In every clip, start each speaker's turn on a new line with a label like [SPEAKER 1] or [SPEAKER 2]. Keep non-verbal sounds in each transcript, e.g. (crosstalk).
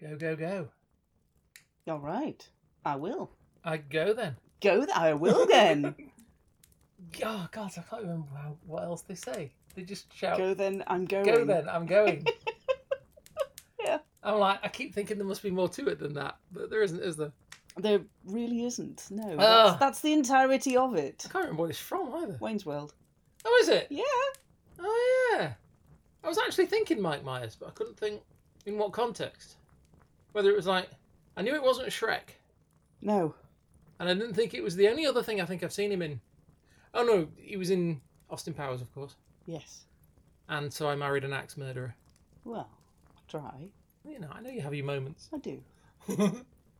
[SPEAKER 1] Go, go, go.
[SPEAKER 2] All right. I will.
[SPEAKER 1] I go then.
[SPEAKER 2] Go th- I
[SPEAKER 1] (laughs)
[SPEAKER 2] will then.
[SPEAKER 1] Oh, God, I can't remember how, what else they say. They just shout,
[SPEAKER 2] go then. I'm going.
[SPEAKER 1] go then, I'm going.
[SPEAKER 2] (laughs) Yeah.
[SPEAKER 1] I'm like, I keep thinking there must be more to it than that, but there isn't, is there?
[SPEAKER 2] There really isn't. No.
[SPEAKER 1] Ah.
[SPEAKER 2] That's, that's the entirety of it.
[SPEAKER 1] I can't remember what it's from either.
[SPEAKER 2] Wayne's World.
[SPEAKER 1] Oh, is it?
[SPEAKER 2] Yeah.
[SPEAKER 1] Oh, yeah. I was actually thinking Mike Myers, but I couldn't think in what context. Whether it was like, I knew it wasn't Shrek,
[SPEAKER 2] No.
[SPEAKER 1] and I didn't think it was the only other thing I think I've seen him in. Oh, no, he was in Austin Powers, of course.
[SPEAKER 2] Yes.
[SPEAKER 1] And so I married an axe murderer.
[SPEAKER 2] Well, I try.
[SPEAKER 1] You know, I know you have your
[SPEAKER 2] (laughs)
[SPEAKER 1] moments.
[SPEAKER 2] I do.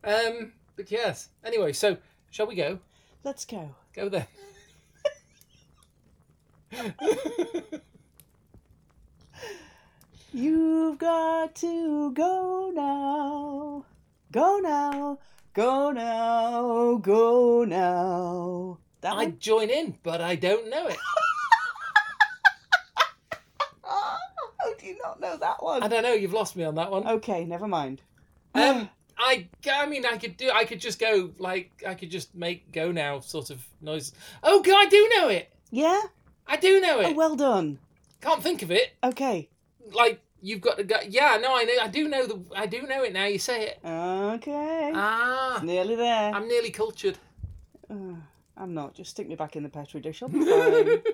[SPEAKER 1] um, but yes. Anyway, so shall we go?
[SPEAKER 2] Let's go.
[SPEAKER 1] Go
[SPEAKER 2] (laughs)
[SPEAKER 1] there.
[SPEAKER 2] You've got to go now. Go now. Go now. Go now. That
[SPEAKER 1] I
[SPEAKER 2] one? (laughs)
[SPEAKER 1] join in, but I don't know it.
[SPEAKER 2] Ah, how do you not know that one?
[SPEAKER 1] I don't know. You've lost me on that one.
[SPEAKER 2] Okay, never mind.
[SPEAKER 1] Um, I, I mean, I could do. I could just go like I could just make go now sort of noise. Oh God, I do know it.
[SPEAKER 2] yeah?
[SPEAKER 1] I do know
[SPEAKER 2] Oh,
[SPEAKER 1] it.
[SPEAKER 2] well done.
[SPEAKER 1] Can't think of it.
[SPEAKER 2] Okay.
[SPEAKER 1] Like you've got to go. Yeah, no, I know. I do know the. I do know it now. You say it.
[SPEAKER 2] Okay.
[SPEAKER 1] Ah,
[SPEAKER 2] Nearly there.
[SPEAKER 1] I'm nearly cultured.
[SPEAKER 2] Ugh, I'm not. Just stick me back in the petri dish. I'll be fine.
[SPEAKER 1] (laughs)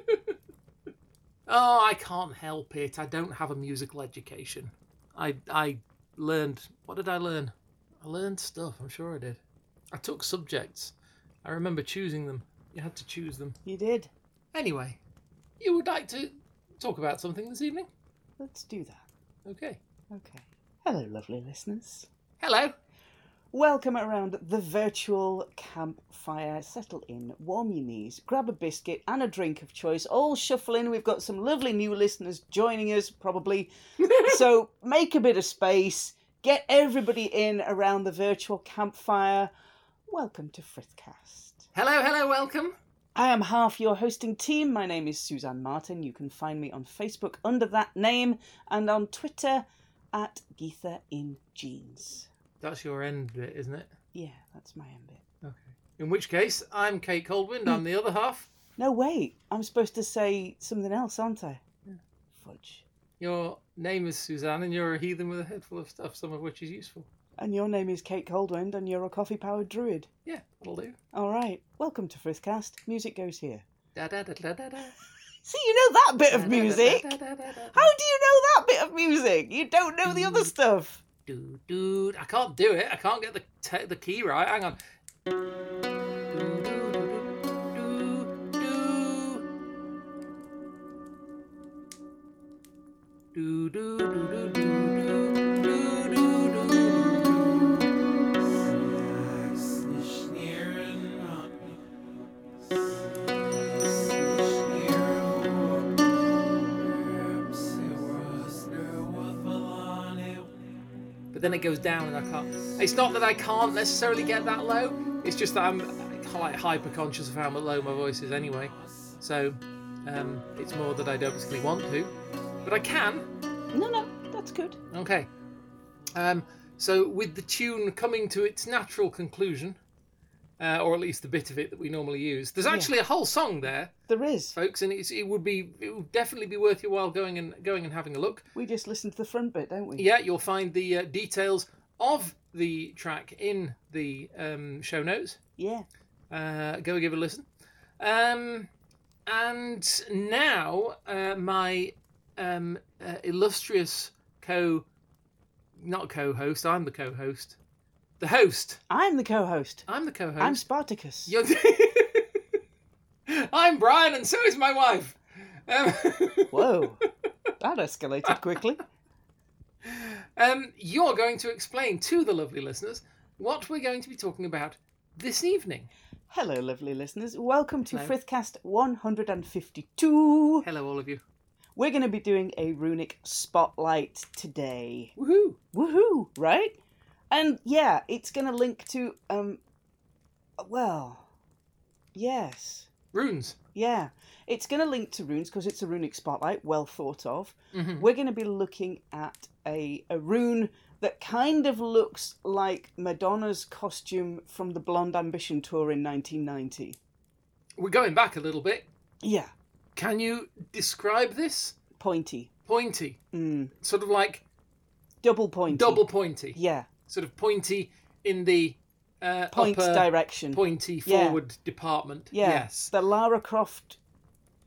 [SPEAKER 1] Oh, I can't help it. I don't have a musical education. I I learned what did I learn? I learned stuff, I'm sure I did. I took subjects. I remember choosing them. You had to choose them.
[SPEAKER 2] you did.
[SPEAKER 1] Anyway, you would like to talk about something this evening?
[SPEAKER 2] Let's do that.
[SPEAKER 1] Okay.
[SPEAKER 2] Okay. Hello, lovely listeners.
[SPEAKER 1] Hello. (laughs)
[SPEAKER 2] Welcome around the virtual campfire. Settle in, warm your knees, grab a biscuit and a drink of choice. All shuffling. We've got some lovely new listeners joining us, probably. so make a bit of space. Get everybody in around the virtual campfire. Welcome to Frithcast.
[SPEAKER 1] Hello, hello, welcome.
[SPEAKER 2] I am half your hosting team. My name is Suzanne Martin. You can find me on Facebook under that name and on Twitter at Geetha in Jeans.
[SPEAKER 1] That's your end bit, isn't it?
[SPEAKER 2] Yeah, that's my own bit.
[SPEAKER 1] Okay. In which case, I'm Kate Coldwind, I'm the other half.
[SPEAKER 2] No, wait. I'm supposed to say something else, aren't I? Fudge.
[SPEAKER 1] Your name is Suzanne and you're a heathen with a head full of stuff, some of which is useful.
[SPEAKER 2] And your name is Kate Coldwind, and you're a coffee powered druid.
[SPEAKER 1] Yeah, that'll do.
[SPEAKER 2] All right. Welcome to Frithcast. Music goes here.
[SPEAKER 1] Da da da da da da.
[SPEAKER 2] See, you know that bit of music.
[SPEAKER 1] Da,
[SPEAKER 2] How
[SPEAKER 1] da, da, da, da, da.
[SPEAKER 2] do you know that bit of music? You don't know the
[SPEAKER 1] Mm.
[SPEAKER 2] other stuff.
[SPEAKER 1] Do, do. I can't do it. I can't get the te- the key right. Hang on. Do, do, do, do, do, do. Do, do, do, do, do, do, do, do, do. but then it goes down and I can't. It's not that I can't necessarily get that low. It's just that I'm like hyper conscious of how low my voice is anyway. So um, it's more that I don't particularly want to, but I can.
[SPEAKER 2] No, no, that's good.
[SPEAKER 1] Okay. Um, so with the tune coming to its natural conclusion, uh, or at least the bit of it that we normally use, there's actually a whole song there,
[SPEAKER 2] There is.
[SPEAKER 1] folks, and it's, it would be it would definitely be worth your while going and going and having a look.
[SPEAKER 2] We just listen to the front bit, don't we?
[SPEAKER 1] yeah you'll find the uh, details of the track in the um, show notes
[SPEAKER 2] Yeah.
[SPEAKER 1] uh, go give it a listen um, and now uh, my um, uh, illustrious co not co-host i'm the co-host the host
[SPEAKER 2] I'm the co-host.
[SPEAKER 1] i'm the co-host
[SPEAKER 2] I'm Spartacus.
[SPEAKER 1] You're... (laughs) i'm brian and so is my wife um, (laughs)
[SPEAKER 2] Whoa. That escalated quickly.
[SPEAKER 1] um, you're going to explain to the lovely listeners what we're going to be talking about this evening.
[SPEAKER 2] Hello, lovely listeners. Welcome to
[SPEAKER 1] Hello.
[SPEAKER 2] Frithcast 152.
[SPEAKER 1] Hello, all of you.
[SPEAKER 2] We're going to be doing a runic spotlight today.
[SPEAKER 1] Woohoo!
[SPEAKER 2] Woohoo, right? And yeah, it's going to link to, um, well, yes.
[SPEAKER 1] Runes.
[SPEAKER 2] Yeah, it's going to link to runes because it's a runic spotlight, well thought of.
[SPEAKER 1] Mm-hmm.
[SPEAKER 2] We're going to be looking at a, a rune that kind of looks like Madonna's costume from the Blonde Ambition tour in 1990.
[SPEAKER 1] We're going back a little bit.
[SPEAKER 2] Yeah,
[SPEAKER 1] Can you describe this?
[SPEAKER 2] pointy, Mm.
[SPEAKER 1] Pointy. Sort of like
[SPEAKER 2] double pointy.
[SPEAKER 1] double pointy.
[SPEAKER 2] Yeah,
[SPEAKER 1] Sort of pointy in the uh,
[SPEAKER 2] point
[SPEAKER 1] upper
[SPEAKER 2] direction.
[SPEAKER 1] pointy
[SPEAKER 2] Yeah.
[SPEAKER 1] forward department.
[SPEAKER 2] yeah,
[SPEAKER 1] Yes.
[SPEAKER 2] the Lara Croft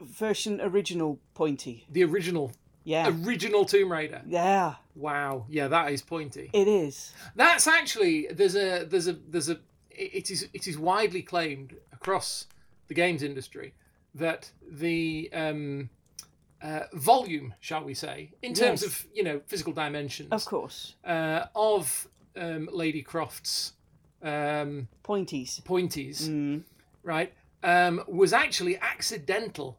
[SPEAKER 2] version original pointy.
[SPEAKER 1] The original
[SPEAKER 2] Yeah,
[SPEAKER 1] original Tomb Raider.
[SPEAKER 2] yeah,
[SPEAKER 1] Wow. Yeah, that is pointy.
[SPEAKER 2] it is.
[SPEAKER 1] That's actually there's a there's a there's a it is it is widely claimed across the games industry that the um, uh, volume, shall we say, in terms
[SPEAKER 2] Yes.
[SPEAKER 1] of you know physical dimensions
[SPEAKER 2] Of course,
[SPEAKER 1] uh, of um, Lady Croft's um,
[SPEAKER 2] pointies.
[SPEAKER 1] pointies,
[SPEAKER 2] Mm.
[SPEAKER 1] right, um, was actually accidental.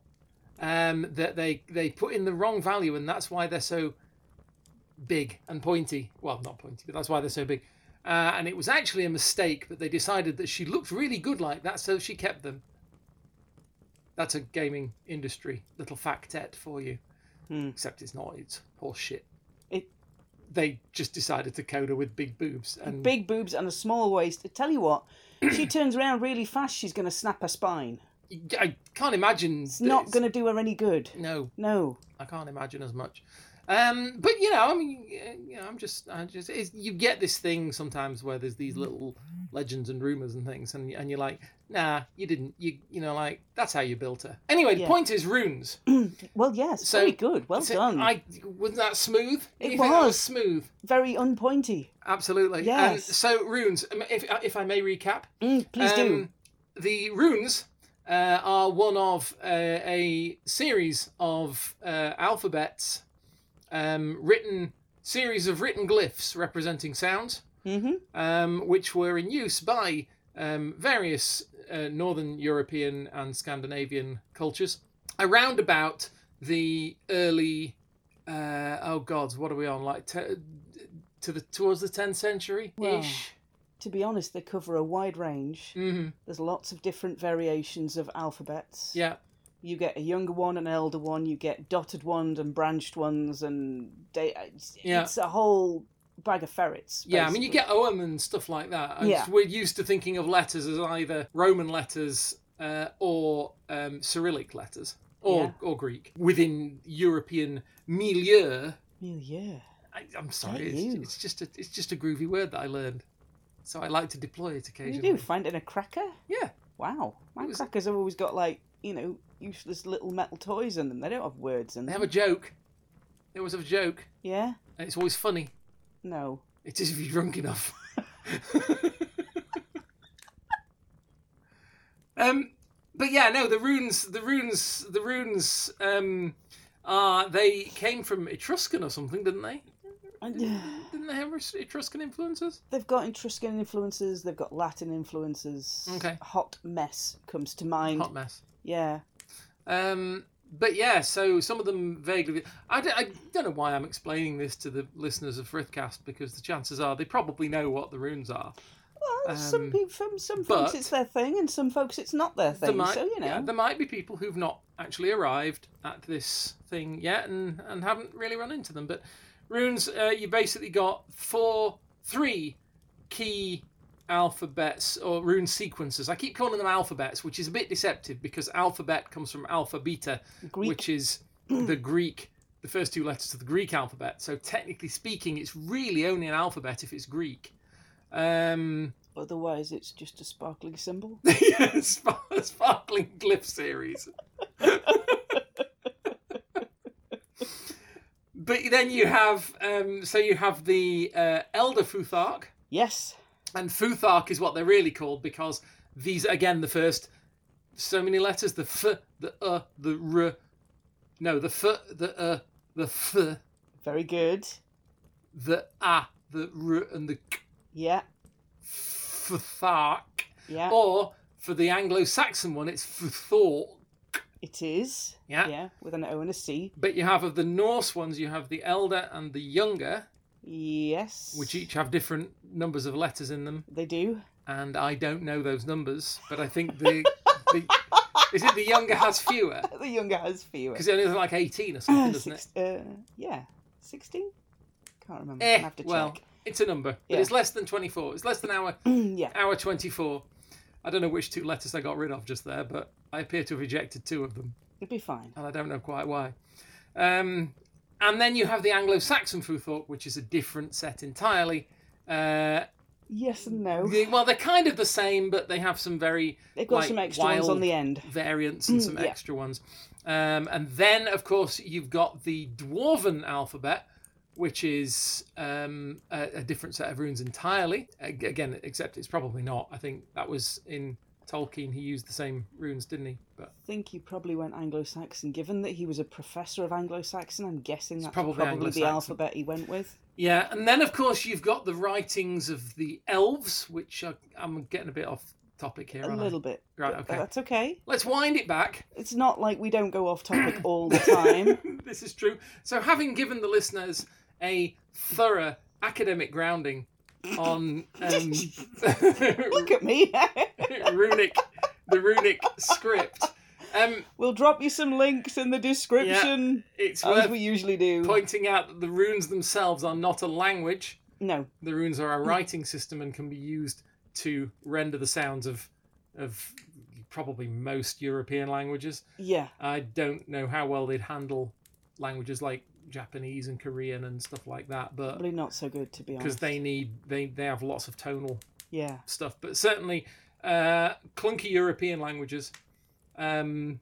[SPEAKER 1] Um, that they they put in the wrong value, and that's why they're so big and pointy. Well, not pointy, but that's why they're so big. Uh, and it was actually a mistake, but they decided that she looked really good like that, so she kept them. That's a gaming industry little factet for you.
[SPEAKER 2] Hmm.
[SPEAKER 1] Except it's not; it's horse shit.
[SPEAKER 2] It-
[SPEAKER 1] They just decided to coat her with big boobs and
[SPEAKER 2] big boobs and a small waist. I tell you what, she turns around really fast, she's going to snap her spine.
[SPEAKER 1] I can't imagine.
[SPEAKER 2] It's not going to do her any good.
[SPEAKER 1] No,
[SPEAKER 2] No.
[SPEAKER 1] I can't imagine as much. Um, but you know, I mean, uh, you know, I'm just, I just, it's, you get this thing sometimes where there's
[SPEAKER 2] Mm.
[SPEAKER 1] these little legends and rumors and things, and and you're like, nah, you didn't, you, you know, like that's how you built her. Anyway,
[SPEAKER 2] Yeah.
[SPEAKER 1] the point is runes.
[SPEAKER 2] Well, yes,
[SPEAKER 1] So-
[SPEAKER 2] very good. Well
[SPEAKER 1] So
[SPEAKER 2] done.
[SPEAKER 1] I wasn't that smooth.
[SPEAKER 2] It
[SPEAKER 1] You think that
[SPEAKER 2] was.
[SPEAKER 1] smooth.
[SPEAKER 2] Very unpointy.
[SPEAKER 1] Absolutely. And
[SPEAKER 2] Yes.
[SPEAKER 1] so runes. um, If if I may recap,
[SPEAKER 2] Mm, please do.
[SPEAKER 1] um, The runes uh, are one of uh, a series of uh, alphabets, um, written series of written glyphs representing sounds,
[SPEAKER 2] hmm
[SPEAKER 1] um, which were in use by um, various uh, Northern European and Scandinavian cultures around about the early. Uh, oh gods, what are we on? Like te- to the towards the 10th century ish.
[SPEAKER 2] To be honest, they cover a wide range.
[SPEAKER 1] hmm
[SPEAKER 2] There's lots of different variations of alphabets.
[SPEAKER 1] Yeah.
[SPEAKER 2] You get a younger one, an elder one, you get dotted ones and branched ones, and they, it's,
[SPEAKER 1] Yeah.
[SPEAKER 2] it's a whole bag of ferrets.
[SPEAKER 1] Yeah, I mean, you
[SPEAKER 2] basically.
[SPEAKER 1] get Oum and stuff like that. And
[SPEAKER 2] Yeah.
[SPEAKER 1] We're used to thinking of letters as either Roman letters uh, or um, Cyrillic letters or, or Greek within European milieu.
[SPEAKER 2] New Year.
[SPEAKER 1] I, I'm sorry,
[SPEAKER 2] Get
[SPEAKER 1] it's,
[SPEAKER 2] you.
[SPEAKER 1] it's just a it's just a groovy word that I learned, so I like to deploy it
[SPEAKER 2] You
[SPEAKER 1] occasionally.
[SPEAKER 2] do find it in a cracker?
[SPEAKER 1] Yeah,
[SPEAKER 2] Wow. My
[SPEAKER 1] was-
[SPEAKER 2] crackers have always got like, you know, useless little metal toys in them. They don't have words in
[SPEAKER 1] they
[SPEAKER 2] them.
[SPEAKER 1] have a joke. They always have a joke,
[SPEAKER 2] Yeah?
[SPEAKER 1] and it's always funny.
[SPEAKER 2] No.
[SPEAKER 1] It is if you're drunk enough. (laughs) um, but yeah, no, the runes, the runes, the runes. Um, are they came from Etruscan or something, didn't they? (laughs) Didn't they have Etruscan influences?
[SPEAKER 2] They've got Etruscan influences, they've got Latin influences.
[SPEAKER 1] Okay.
[SPEAKER 2] Hot mess comes to mind.
[SPEAKER 1] Hot mess.
[SPEAKER 2] Yeah.
[SPEAKER 1] Um, but yeah, so some of them vaguely. I don't, I don't know why I'm explaining this to the listeners of Frithcast because the chances are they probably know what the runes are.
[SPEAKER 2] Well,
[SPEAKER 1] Um,
[SPEAKER 2] some people, from some folks
[SPEAKER 1] but-
[SPEAKER 2] it's their thing, and some folks it's not their
[SPEAKER 1] there
[SPEAKER 2] thing.
[SPEAKER 1] might,
[SPEAKER 2] so you know,
[SPEAKER 1] yeah, there might be people who've not actually arrived at this thing yet and, and haven't really run into them. But runes, uh, you basically got four, three key alphabets or rune sequences. I keep calling them alphabets, which is a bit deceptive because alphabet comes from alpha beta,
[SPEAKER 2] Greek.
[SPEAKER 1] which is the Greek, the first two letters of the Greek alphabet. So technically speaking, it's really only an alphabet if it's Greek. Um,
[SPEAKER 2] Otherwise, it's just a sparkling symbol.
[SPEAKER 1] (laughs) yeah, spark- sparkling glyph series. (laughs) but then you have, um, so you have the uh, Elder Futhark,
[SPEAKER 2] yes.
[SPEAKER 1] and Futhark is what they're really called because these, again, the first so many letters the F, the uh, the R, no, the F, the uh, the F,
[SPEAKER 2] Very good.
[SPEAKER 1] the A, the R, and the K,
[SPEAKER 2] Yeah.
[SPEAKER 1] Futhark.
[SPEAKER 2] Yeah.
[SPEAKER 1] Or for the Anglo Saxon one, it's Futhork.
[SPEAKER 2] It is.
[SPEAKER 1] Yeah.
[SPEAKER 2] Yeah. With an O and a C.
[SPEAKER 1] But you have of the Norse ones, you have the elder and the younger,
[SPEAKER 2] Yes.
[SPEAKER 1] which each have different numbers of letters in them.
[SPEAKER 2] they do. (laughs)
[SPEAKER 1] And I don't know those numbers, but I think the the, is it the younger has fewer?
[SPEAKER 2] the younger has fewer.
[SPEAKER 1] Because it only like 18 or something, doesn't it?
[SPEAKER 2] Six- uh, yeah, sixteen. Can't remember.
[SPEAKER 1] Eh,
[SPEAKER 2] I have to check. (clears throat)
[SPEAKER 1] well, it's a number, but
[SPEAKER 2] Yeah.
[SPEAKER 1] it's less than 24. It's less than hour
[SPEAKER 2] yeah.
[SPEAKER 1] hour 24. I don't know which two letters I got rid of just there, but I appear to have rejected two of them,
[SPEAKER 2] It'd be fine.
[SPEAKER 1] and I don't know quite why. Um, and then you have the Anglo-Saxon Futhark, which is a different set entirely. Uh,
[SPEAKER 2] Yes and no.
[SPEAKER 1] they- well, they're kind of the same, but they have some very
[SPEAKER 2] They've got
[SPEAKER 1] like,
[SPEAKER 2] some extra ones
[SPEAKER 1] wild
[SPEAKER 2] on the end.
[SPEAKER 1] variants and
[SPEAKER 2] Mm,
[SPEAKER 1] some
[SPEAKER 2] yeah.
[SPEAKER 1] extra ones. Um, and then, of course, you've got the Dwarven alphabet, which is um, a, a different set of runes entirely. Ag- Again, except it's probably not. I think that was in Tolkien. He used the same runes, didn't he? But
[SPEAKER 2] I think he probably went Anglo-Saxon, given that he was a professor of Anglo-Saxon. I'm guessing that's
[SPEAKER 1] probably
[SPEAKER 2] probably,
[SPEAKER 1] Anglo-Saxon.
[SPEAKER 2] the alphabet he went with.
[SPEAKER 1] yeah, and then of course you've got the writings of the elves, which are, I'm getting a bit off topic here.
[SPEAKER 2] A
[SPEAKER 1] aren't I?
[SPEAKER 2] little bit.
[SPEAKER 1] Right,
[SPEAKER 2] but
[SPEAKER 1] okay.
[SPEAKER 2] That's okay.
[SPEAKER 1] Let's wind it back.
[SPEAKER 2] It's not like we don't go
[SPEAKER 1] (coughs)
[SPEAKER 2] off topic all the time.
[SPEAKER 1] this is true. So, having given the listeners a thorough academic grounding on um, (laughs)
[SPEAKER 2] Look at me. (laughs)
[SPEAKER 1] runic, the runic script, um,
[SPEAKER 2] we'll drop you some links in the description,
[SPEAKER 1] it's
[SPEAKER 2] as
[SPEAKER 1] worth
[SPEAKER 2] we usually do.
[SPEAKER 1] pointing out that the runes themselves are not a language.
[SPEAKER 2] No,
[SPEAKER 1] The runes are a writing system and can be used to render the sounds of of probably most European languages.
[SPEAKER 2] yeah,
[SPEAKER 1] I don't know how well they'd handle languages like Japanese and Korean and stuff like that, but
[SPEAKER 2] probably not so good to be
[SPEAKER 1] because
[SPEAKER 2] honest.
[SPEAKER 1] Uh, they need they they have lots of tonal
[SPEAKER 2] Yeah,
[SPEAKER 1] stuff but certainly uh clunky european languages um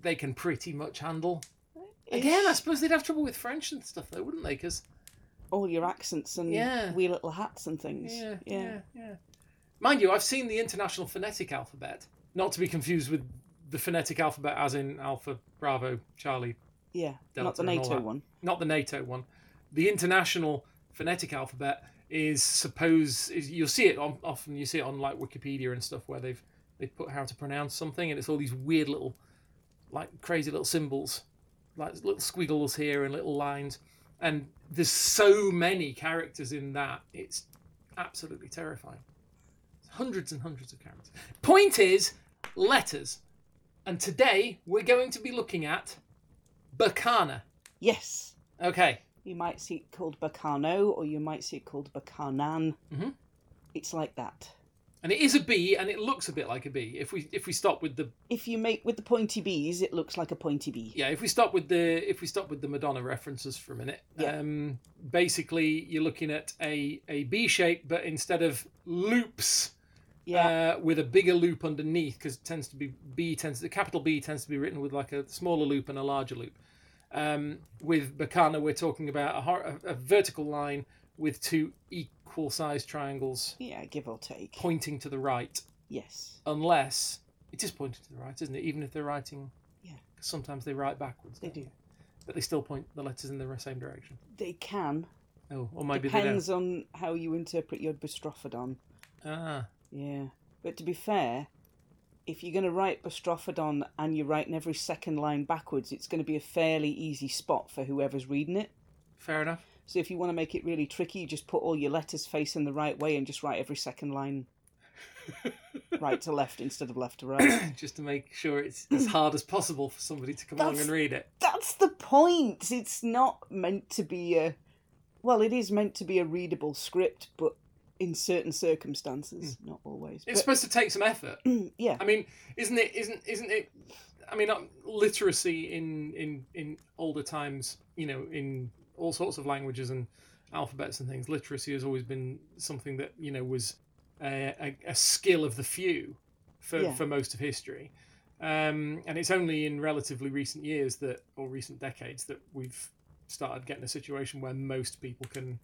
[SPEAKER 1] they can pretty much handle again i
[SPEAKER 2] It's
[SPEAKER 1] suppose they'd have trouble with french and stuff though wouldn't they because
[SPEAKER 2] all your accents and
[SPEAKER 1] Yeah.
[SPEAKER 2] wee little hats and things.
[SPEAKER 1] yeah, yeah yeah mind you i've seen the international phonetic alphabet not to be confused with the phonetic alphabet as in alpha bravo charlie
[SPEAKER 2] Yeah, not
[SPEAKER 1] Delta and
[SPEAKER 2] the
[SPEAKER 1] all
[SPEAKER 2] NATO
[SPEAKER 1] that.
[SPEAKER 2] one.
[SPEAKER 1] not the NATO one, the international phonetic alphabet is suppose is, you'll see it on, often. You see it on like Wikipedia and stuff where they've they put how to pronounce something, and it's all these weird little, like crazy little symbols, like little squiggles here and little lines, and there's so many characters in that. It's absolutely terrifying. Hundreds and hundreds of characters. Point is letters, and today we're going to be looking at Bacana.
[SPEAKER 2] Yes,
[SPEAKER 1] Okay.
[SPEAKER 2] you might see it called Bacano, or you might see it called Bacanan.
[SPEAKER 1] Mhm.
[SPEAKER 2] It's like that.
[SPEAKER 1] and it is a bee and it looks a bit like a bee if we if we stop with the
[SPEAKER 2] If you make with the pointy bees, it looks like a pointy bee.
[SPEAKER 1] yeah if we stop with the if we stop with the madonna references for a minute
[SPEAKER 2] Yeah.
[SPEAKER 1] um basically you're looking at a a bee shape but instead of loops
[SPEAKER 2] Yeah,
[SPEAKER 1] uh, with a bigger loop underneath because it tends to be b tends the capital b tends to be written with like a smaller loop and a larger loop um with bacana we're talking about a, hor- a, a vertical line with two equal sized triangles
[SPEAKER 2] yeah, give or take.
[SPEAKER 1] pointing to the right
[SPEAKER 2] Yes.
[SPEAKER 1] unless it is pointing to the right, isn't it? Even if they're writing,
[SPEAKER 2] Yeah.
[SPEAKER 1] 'cause sometimes they write backwards.
[SPEAKER 2] They
[SPEAKER 1] don't
[SPEAKER 2] do.
[SPEAKER 1] but they still point the letters in the same direction.
[SPEAKER 2] They can.
[SPEAKER 1] Oh, or maybe
[SPEAKER 2] Depends on how you interpret your bustrophodon.
[SPEAKER 1] they don't. Ah,
[SPEAKER 2] Yeah. But to be fair, if you're going to write bustrophodon and you're writing every second line backwards, it's going to be a fairly easy spot for whoever's reading it.
[SPEAKER 1] fair enough. (clears throat)
[SPEAKER 2] So if you want to make it really tricky, you just put all your letters facing the right way and just write every second (laughs) line right to left instead of left to right.
[SPEAKER 1] Just to make sure it's
[SPEAKER 2] (laughs)
[SPEAKER 1] as hard as possible for somebody to come along
[SPEAKER 2] That's-
[SPEAKER 1] and read it.
[SPEAKER 2] (coughs) That's the point. It's not meant to be a well, it is meant to be a readable script, but in certain circumstances, not always.
[SPEAKER 1] It's
[SPEAKER 2] but,
[SPEAKER 1] supposed to take some effort.
[SPEAKER 2] (coughs) yeah,
[SPEAKER 1] I mean, isn't it? Isn't isn't it? I mean, um, literacy in in in older times, you know, in all sorts of languages and alphabets and things, literacy has always been something that you know was a, a, a skill of the few for
[SPEAKER 2] Yeah.
[SPEAKER 1] for most of history. Um, and it's only in relatively recent years that, or recent decades, that we've started getting a situation where most people can,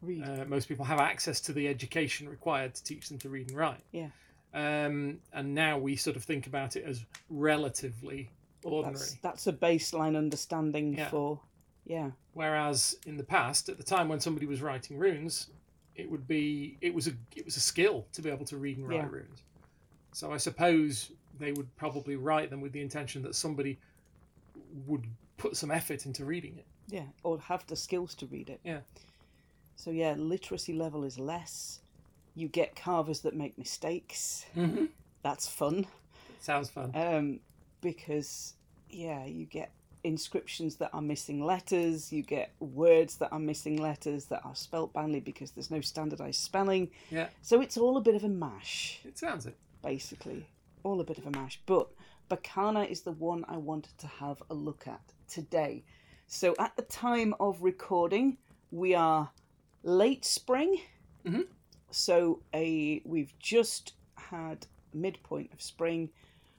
[SPEAKER 2] read.
[SPEAKER 1] uh, most people have access to the education required to teach them to read and write
[SPEAKER 2] Yeah.
[SPEAKER 1] um, and now we sort of think about it as relatively ordinary.
[SPEAKER 2] that's that's a baseline understanding
[SPEAKER 1] Yeah.
[SPEAKER 2] for yeah.
[SPEAKER 1] Whereas in the past, at the time when somebody was writing runes, it would be it was a it was a skill to be able to read and write
[SPEAKER 2] Yeah.
[SPEAKER 1] runes. So I suppose they would probably write them with the intention that somebody would put some effort into reading it.
[SPEAKER 2] Yeah, or have the skills to read it.
[SPEAKER 1] Yeah.
[SPEAKER 2] So yeah, literacy level is less. You get carvers that make mistakes.
[SPEAKER 1] Mm-hmm.
[SPEAKER 2] That's fun.
[SPEAKER 1] Sounds fun.
[SPEAKER 2] um, because yeah, you get inscriptions that are missing letters, you get words that are missing letters that are spelt badly because there's no standardized spelling.
[SPEAKER 1] Yeah.
[SPEAKER 2] So it's all a bit of a mash,
[SPEAKER 1] It sounds it.
[SPEAKER 2] basically, all a bit of a mash. But Bacana is the one I wanted to have a look at today. So at the time of recording, we are late spring.
[SPEAKER 1] Mhm.
[SPEAKER 2] So a we've just had midpoint of spring.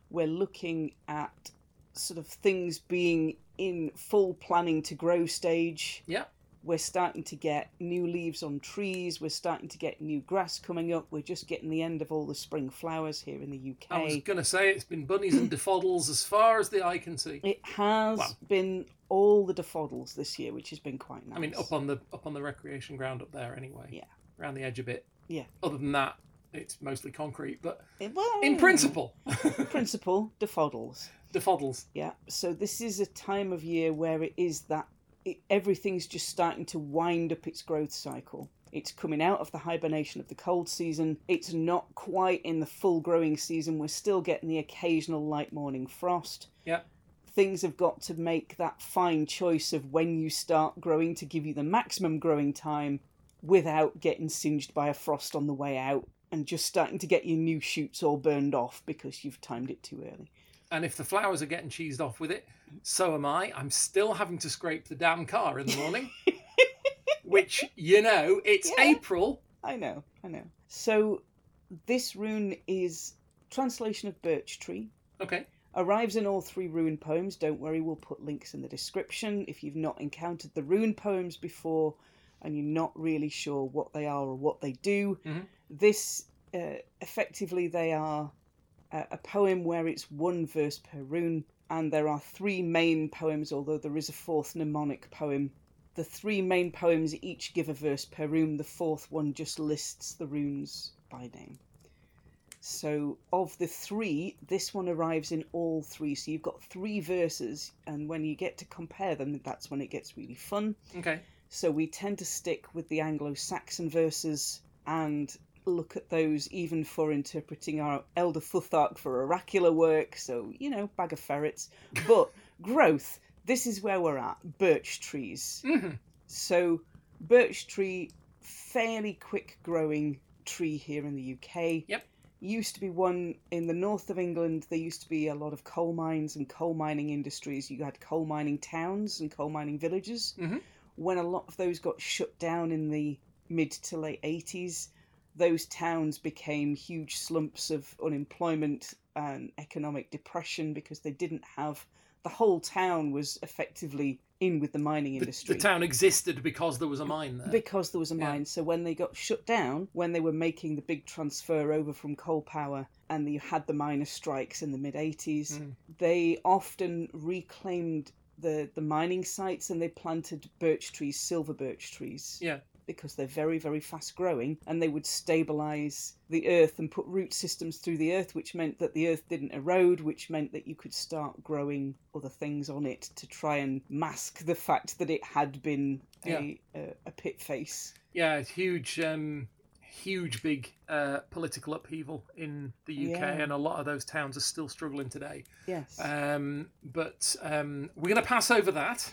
[SPEAKER 2] We're looking at sort of things being in full planning to grow stage.
[SPEAKER 1] Yeah.
[SPEAKER 2] We're starting to get new leaves on trees. We're starting to get new grass coming up. We're just getting the end of all the spring flowers here in the UK.
[SPEAKER 1] I was going to say it's been bunnies and defoddles as far as the eye can see.
[SPEAKER 2] It has
[SPEAKER 1] Wow.
[SPEAKER 2] been all the defoddles this year, which has been quite nice.
[SPEAKER 1] I mean, up on the up on the recreation ground up there anyway.
[SPEAKER 2] Yeah.
[SPEAKER 1] Around the edge a bit.
[SPEAKER 2] Yeah.
[SPEAKER 1] Other than that, it's mostly concrete, but
[SPEAKER 2] It- well,
[SPEAKER 1] in principle,
[SPEAKER 2] in principle, defoddles.
[SPEAKER 1] defoddles.
[SPEAKER 2] Yeah. So this is a time of year where it is that it, everything's just starting to wind up its growth cycle. It's coming out of the hibernation of the cold season. It's not quite in the full growing season. We're still getting the occasional light morning frost.
[SPEAKER 1] Yeah.
[SPEAKER 2] Things have got to make that fine choice of when you start growing to give you the maximum growing time without getting singed by a frost on the way out and just starting to get your new shoots all burned off because you've timed it too early.
[SPEAKER 1] And if the flowers are getting cheesed off with it, so am I. I'm still having to scrape the damn car in the
[SPEAKER 2] (laughs)
[SPEAKER 1] morning. Which, you know, it's
[SPEAKER 2] Yeah.
[SPEAKER 1] April.
[SPEAKER 2] I know, I know. So this rune is translation of birch tree.
[SPEAKER 1] Okay.
[SPEAKER 2] Arrives in all three rune poems. Don't worry, we'll put links in the description. If you've not encountered the rune poems before and you're not really sure what they are or what they do,
[SPEAKER 1] Mhm.
[SPEAKER 2] this uh, effectively they are uh, a poem where it's one verse per rune, and there are three main poems, although there is a fourth mnemonic poem. The three main poems each give a verse per rune, the fourth one just lists the runes by name. So, of the three, this one arrives in all three. So, you've got three verses, and when you get to compare them, that's when it gets really fun.
[SPEAKER 1] Okay.
[SPEAKER 2] So we tend to stick with the Anglo Saxon verses and look at those even for interpreting our Elder Futhark for oracular work. So, you know, bag of ferrets. But (laughs) growth, this is where we're at birch trees.
[SPEAKER 1] hmm
[SPEAKER 2] So, birch tree, fairly quick growing tree here in the UK.
[SPEAKER 1] Yep.
[SPEAKER 2] Used to be one in the north of England. There used to be a lot of coal mines and coal mining industries. You had coal mining towns and coal mining villages.
[SPEAKER 1] Mhm.
[SPEAKER 2] When a lot of those got shut down in the mid to late 80s, those towns became huge slumps of unemployment and economic depression because they didn't have the whole town was effectively in with the mining
[SPEAKER 1] The,
[SPEAKER 2] industry
[SPEAKER 1] the town existed because there was a mine there.
[SPEAKER 2] because there was a
[SPEAKER 1] Yeah.
[SPEAKER 2] mine. So when they got shut down, when they were making the big transfer over from coal power, and you had the miner strikes in the mid 80s,
[SPEAKER 1] Mm.
[SPEAKER 2] they often reclaimed the, the mining sites and they planted birch trees, silver birch trees.
[SPEAKER 1] Yeah.
[SPEAKER 2] Because they're very, very fast growing and they would stabilize the earth and put root systems through the earth, which meant that the earth didn't erode, which meant that you could start growing other things on it to try and mask the fact that it had been a, a, a pit face.
[SPEAKER 1] Yeah, it's huge, um, huge, big uh, political upheaval in the UK,
[SPEAKER 2] Yeah.
[SPEAKER 1] and a lot of those towns are still struggling today.
[SPEAKER 2] Yes.
[SPEAKER 1] Um, but um, we're going to pass over that.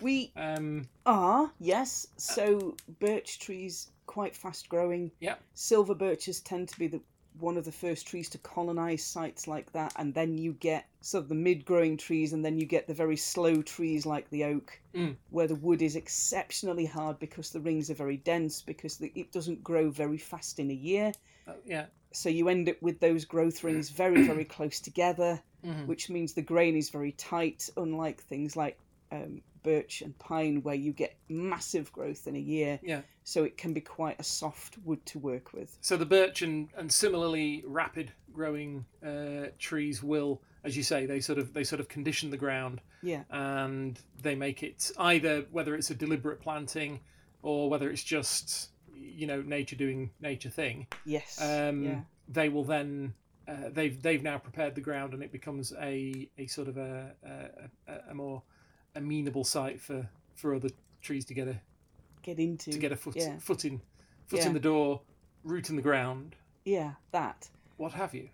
[SPEAKER 2] we
[SPEAKER 1] Um,
[SPEAKER 2] are, yes. So birch trees quite fast growing.
[SPEAKER 1] Yep.
[SPEAKER 2] Silver birches tend to be the one of the first trees to colonize sites like that and then you get sort of the mid-growing trees and then you get the very slow trees like the oak
[SPEAKER 1] Mm.
[SPEAKER 2] where the wood is exceptionally hard because the rings are very dense because the, it doesn't grow very fast in a year
[SPEAKER 1] uh, yeah.
[SPEAKER 2] so you end up with those growth rings very very close together
[SPEAKER 1] Mhm.
[SPEAKER 2] which means the grain is very tight, unlike things like um, birch and pine, where you get massive growth in a year.
[SPEAKER 1] Yeah.
[SPEAKER 2] So it can be quite a soft wood to work with.
[SPEAKER 1] So the birch and, and similarly rapid growing uh, trees will, as you say, they sort of they sort of condition the ground
[SPEAKER 2] Yeah.
[SPEAKER 1] and they make it either whether it's a deliberate planting or whether it's just you know nature doing nature thing.
[SPEAKER 2] Yes.
[SPEAKER 1] Um,
[SPEAKER 2] yeah.
[SPEAKER 1] They will then uh, they've they've now prepared the ground and it becomes a, a sort of a, a, a- a more amenable site for for other trees to get a
[SPEAKER 2] Get into.
[SPEAKER 1] to get a foot
[SPEAKER 2] yeah.
[SPEAKER 1] foot in foot
[SPEAKER 2] Yeah.
[SPEAKER 1] in the door, root in the ground,
[SPEAKER 2] Yeah. That.
[SPEAKER 1] what have you.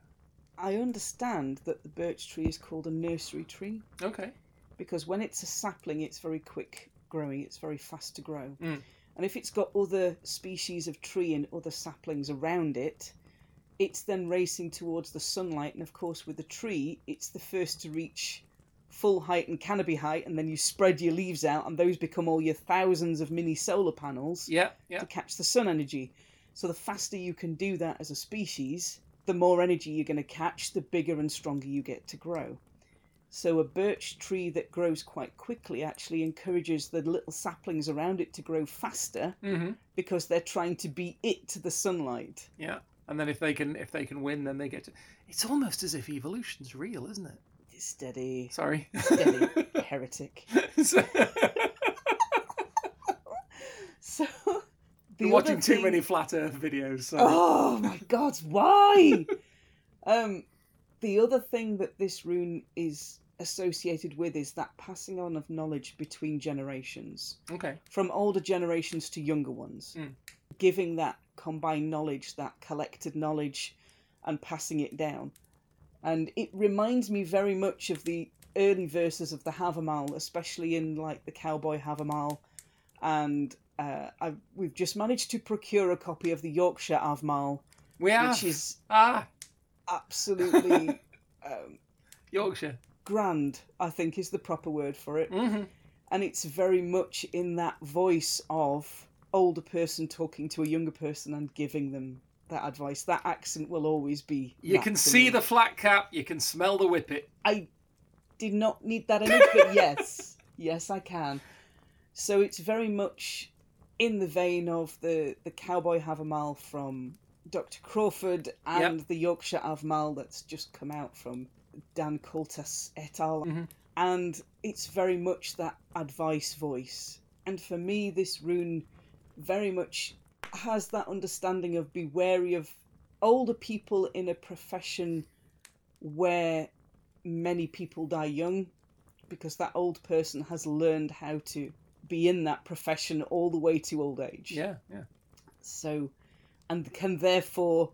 [SPEAKER 2] I understand that the birch tree is called a nursery tree
[SPEAKER 1] Okay.
[SPEAKER 2] because when it's a sapling, it's very quick growing, it's very fast to grow.
[SPEAKER 1] Mm.
[SPEAKER 2] And if it's got other species of tree and other saplings around it, it's then racing towards the sunlight. And of course, with the tree, it's the first to reach full height and canopy height, and then you spread your leaves out, and those become all your thousands of mini solar panels
[SPEAKER 1] Yeah. Yeah.
[SPEAKER 2] to catch the sun energy. So the faster you can do that as a species, the more energy you're going to catch, the bigger and stronger you get to grow. So a birch tree that grows quite quickly actually encourages the little saplings around it to grow faster
[SPEAKER 1] Mm-hmm.
[SPEAKER 2] because they're trying to beat it to the sunlight.
[SPEAKER 1] Yeah. And then if they can if they can win, then they get to. It's almost as if evolution's real, isn't it?
[SPEAKER 2] Steady,
[SPEAKER 1] Sorry. (laughs)
[SPEAKER 2] steady, heretic.
[SPEAKER 1] So-
[SPEAKER 2] So the
[SPEAKER 1] Been watching
[SPEAKER 2] other
[SPEAKER 1] too
[SPEAKER 2] thing-
[SPEAKER 1] many flat Earth videos. So.
[SPEAKER 2] Oh my god, why? um, the other thing that this rune is associated with is that passing on of knowledge between generations,
[SPEAKER 1] Okay.
[SPEAKER 2] from older generations to younger ones,
[SPEAKER 1] Mm.
[SPEAKER 2] giving that combined knowledge, that collected knowledge, and passing it down. And it reminds me very much of the early verses of the Havamal, especially in like the cowboy Havamal and. Uh, I, we've just managed to procure a copy of the Yorkshire Havamal
[SPEAKER 1] We have
[SPEAKER 2] which is
[SPEAKER 1] ah
[SPEAKER 2] absolutely (laughs) um,
[SPEAKER 1] Yorkshire.
[SPEAKER 2] grand, I think is the proper word for it.
[SPEAKER 1] hmm
[SPEAKER 2] And it's very much in that voice of older person talking to a younger person and giving them that advice. That accent will always be.
[SPEAKER 1] You
[SPEAKER 2] that
[SPEAKER 1] can
[SPEAKER 2] for
[SPEAKER 1] see
[SPEAKER 2] me.
[SPEAKER 1] the flat cap. You can smell the whippet.
[SPEAKER 2] I did not need that in it, but yes, yes, I can. So it's very much in the vein of the, the cowboy Havamal from Dr. Crawford and the Yorkshire Havamal that's just come out from Dan Coltas et al.
[SPEAKER 1] Mhm.
[SPEAKER 2] And it's very much that advice voice. And for me, this rune very much has that understanding of be wary of older people in a profession where many people die young because that old person has learned how to be in that profession all the way to old age.
[SPEAKER 1] Yeah. Yeah.
[SPEAKER 2] So, and can therefore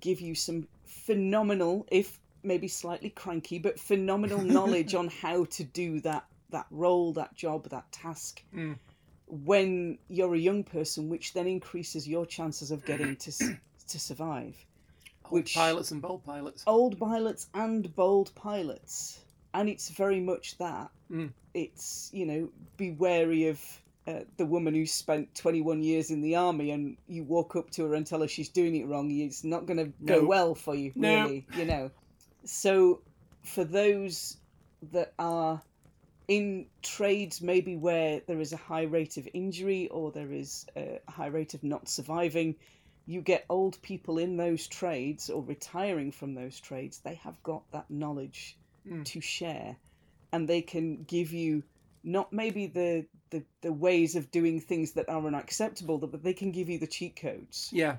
[SPEAKER 2] give you some phenomenal, if maybe slightly cranky, but phenomenal knowledge on how to do that that role, that job, that task
[SPEAKER 1] Mm.
[SPEAKER 2] when you're a young person, which then increases your chances of getting to s- to survive
[SPEAKER 1] Old
[SPEAKER 2] Which-
[SPEAKER 1] pilots and bold pilots.
[SPEAKER 2] old pilots and bold pilots, and it's very much that.
[SPEAKER 1] Mm.
[SPEAKER 2] It's you know be wary of uh, the woman who spent 21 years in the army, and you walk up to her and tell her she's doing it wrong. It's not going to
[SPEAKER 1] No.
[SPEAKER 2] go well for you,
[SPEAKER 1] No.
[SPEAKER 2] really. You know. So for those that are in trades maybe where there is a high rate of injury or there is a high rate of not surviving you get old people in those trades or retiring from those trades they have got that knowledge
[SPEAKER 1] Mm.
[SPEAKER 2] to share and they can give you not maybe the, the the ways of doing things that are unacceptable but they can give you the cheat codes
[SPEAKER 1] Yeah.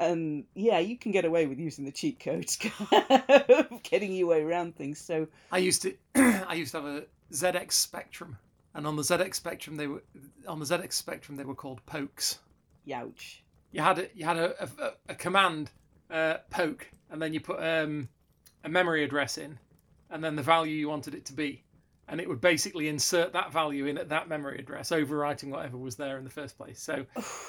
[SPEAKER 2] and yeah you can get away with using the cheat codes (laughs) getting your way around things so
[SPEAKER 1] I used to (clears throat) I used to have a ZX Spectrum, and on the ZX Spectrum they were on the ZX Spectrum they were called pokes.
[SPEAKER 2] youch (sighs)
[SPEAKER 1] You had a, you had a, a, a command uh, poke, and then you put um, a memory address in, and then the value you wanted it to be, and it would basically insert that value in at that memory address, overwriting whatever was there in the first place. So